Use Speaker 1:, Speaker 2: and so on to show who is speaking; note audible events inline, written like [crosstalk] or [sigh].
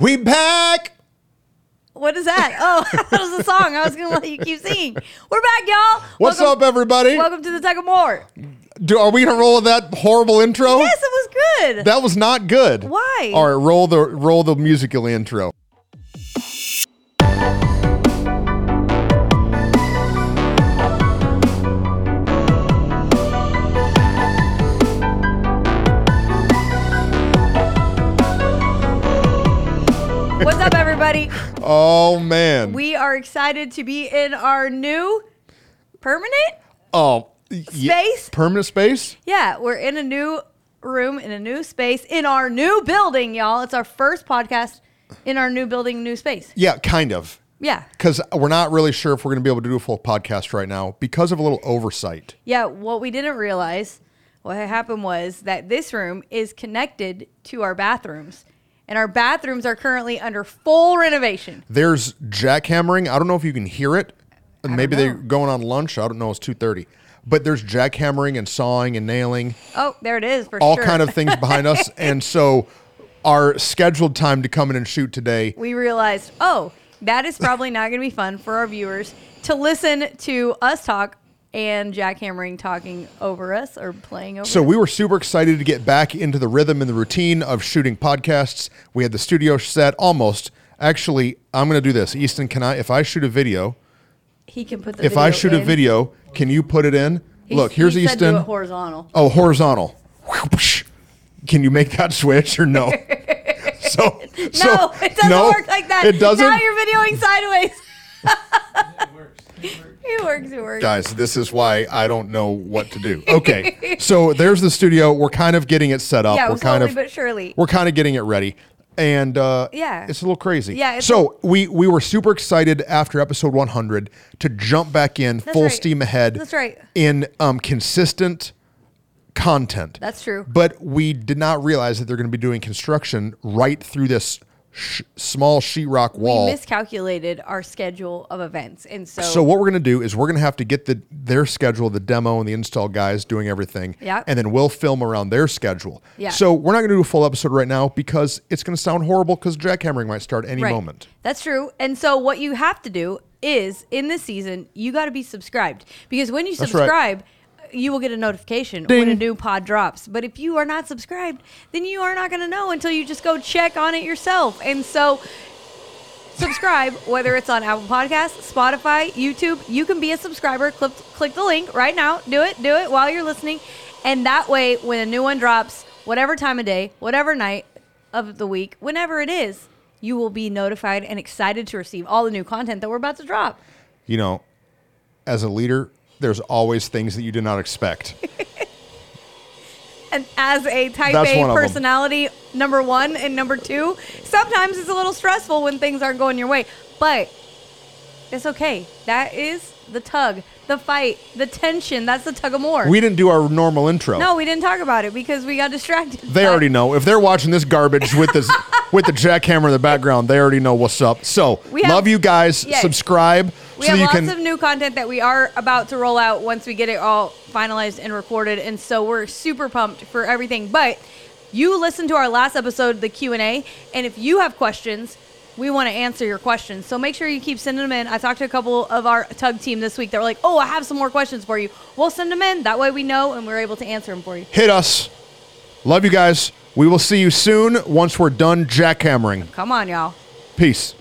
Speaker 1: We back.
Speaker 2: What is that? Oh, [laughs] that was a song. I was gonna let you keep singing. We're back, y'all.
Speaker 1: What's
Speaker 2: welcome,
Speaker 1: up, everybody?
Speaker 2: Welcome to the tug of war.
Speaker 1: Do, are we gonna roll that horrible intro?
Speaker 2: Yes, it was good.
Speaker 1: That was not good.
Speaker 2: Why?
Speaker 1: All right, roll the roll the musical intro.
Speaker 2: What's up, everybody?
Speaker 1: Oh man.
Speaker 2: We are excited to be in our new permanent.
Speaker 1: oh. ye-
Speaker 2: Space?
Speaker 1: permanent space.
Speaker 2: Yeah, we're in a new room in a new space in our new building, y'all. It's our first podcast in our new building, new space.
Speaker 1: Yeah, kind of.
Speaker 2: Yeah,
Speaker 1: Because we're not really sure if we're gonna be able to do a full podcast right now because of a little oversight.
Speaker 2: yeah. What we didn't realize, what had happened was that this room is connected to our bathrooms, and our bathrooms are currently under full renovation.
Speaker 1: There's jackhammering. I don't know if you can hear it. And maybe
Speaker 2: know.
Speaker 1: they're going on lunch. I don't know. It's two thirty. But there's jackhammering and sawing and nailing.
Speaker 2: Oh, there it is for
Speaker 1: all
Speaker 2: sure.
Speaker 1: kind of things behind
Speaker 2: [laughs]
Speaker 1: us and so our scheduled time to come in and shoot today
Speaker 2: we realized, oh, that is probably not going to be fun for our viewers to listen to us talk and jackhammering talking over us or playing over.
Speaker 1: so we were super excited to get back into the rhythm and the routine of shooting podcasts we had the studio set almost actually i'm going to do this easton can i if i shoot a video
Speaker 2: he can put the
Speaker 1: if i
Speaker 2: video
Speaker 1: shoot a
Speaker 2: in.
Speaker 1: video can you put it in
Speaker 2: He-
Speaker 1: look here's
Speaker 2: he said do
Speaker 1: easton
Speaker 2: it horizontal.
Speaker 1: oh horizontal [laughs] can you make that switch or
Speaker 2: [laughs]
Speaker 1: no so no
Speaker 2: no, it doesn't work like that.
Speaker 1: it doesn't
Speaker 2: Now you're videoing
Speaker 1: [laughs]
Speaker 2: sideways. it works. It works.
Speaker 1: Guys, this is why I don't know what to do.
Speaker 2: [laughs]
Speaker 1: Okay, so there's the studio. We're kind of getting it set up.
Speaker 2: Yeah,
Speaker 1: we're
Speaker 2: slowly
Speaker 1: kind of
Speaker 2: but surely.
Speaker 1: we're kind of getting it ready, and uh,
Speaker 2: Yeah.
Speaker 1: it's a little crazy.
Speaker 2: Yeah, it's-
Speaker 1: So we we were super excited after episode 100 to jump back in full
Speaker 2: right.
Speaker 1: steam ahead.
Speaker 2: That's right.
Speaker 1: In um, consistent content.
Speaker 2: That's true.
Speaker 1: But we did not realize that they're going to be doing construction right through this sh- small sheetrock wall.
Speaker 2: We miscalculated our schedule of events, and so,
Speaker 1: So what we're gonna do is we're gonna have to get the their schedule, the demo and the install guys doing everything.
Speaker 2: Yep.
Speaker 1: And then we'll film around their schedule.
Speaker 2: Yeah.
Speaker 1: So we're not gonna do a full episode right now because it's gonna sound horrible because jackhammering might start any
Speaker 2: Right.
Speaker 1: moment.
Speaker 2: That's true. And so what you have to do is in this season, you got to be subscribed because when you
Speaker 1: right.
Speaker 2: subscribe, you will get a notification when a
Speaker 1: Ding.
Speaker 2: new pod drops. But if you are not subscribed, then you are not going to know until you just go check on it yourself. And so subscribe whether it's on Apple Podcasts, Spotify, YouTube, you can be a subscriber. Click click the link right now. Do it. Do it while you're listening. And that way when a new one drops, whatever time of day, whatever night of the week, whenever it is, you will be notified and excited to receive all the new content that we're about to drop.
Speaker 1: You know, as a leader, there's always things that you did not
Speaker 2: [laughs]
Speaker 1: expect.
Speaker 2: And as a type
Speaker 1: That's
Speaker 2: A
Speaker 1: one of 'em.
Speaker 2: personality, number one and number two, sometimes it's a little stressful when things aren't going your way, but it's okay. That is the tug, the fight, the tension. That's the tug of war.
Speaker 1: we didn't do our normal intro.
Speaker 2: no, we didn't talk about it because we got distracted.
Speaker 1: They
Speaker 2: by-
Speaker 1: already know. If they're watching this garbage with
Speaker 2: [laughs]
Speaker 1: this with the jackhammer in the background, they already know what's up. So
Speaker 2: We have-
Speaker 1: love you guys.
Speaker 2: Yes.
Speaker 1: Subscribe
Speaker 2: We
Speaker 1: so
Speaker 2: have
Speaker 1: you
Speaker 2: lots
Speaker 1: can
Speaker 2: of new content that we are about to roll out once we get it all finalized and recorded, and so we're super pumped for everything. But you listened to our last episode, the Q and A, and if you have questions, we want to answer your questions. So make sure you keep sending them in. I talked to a couple of our tug team this week that were like, "Oh, I have some more questions for you." We'll send them in. That way, we know and we're able to answer them for you.
Speaker 1: hit us. Love you guys. We will see you soon once we're done jackhammering.
Speaker 2: Come on, y'all.
Speaker 1: Peace.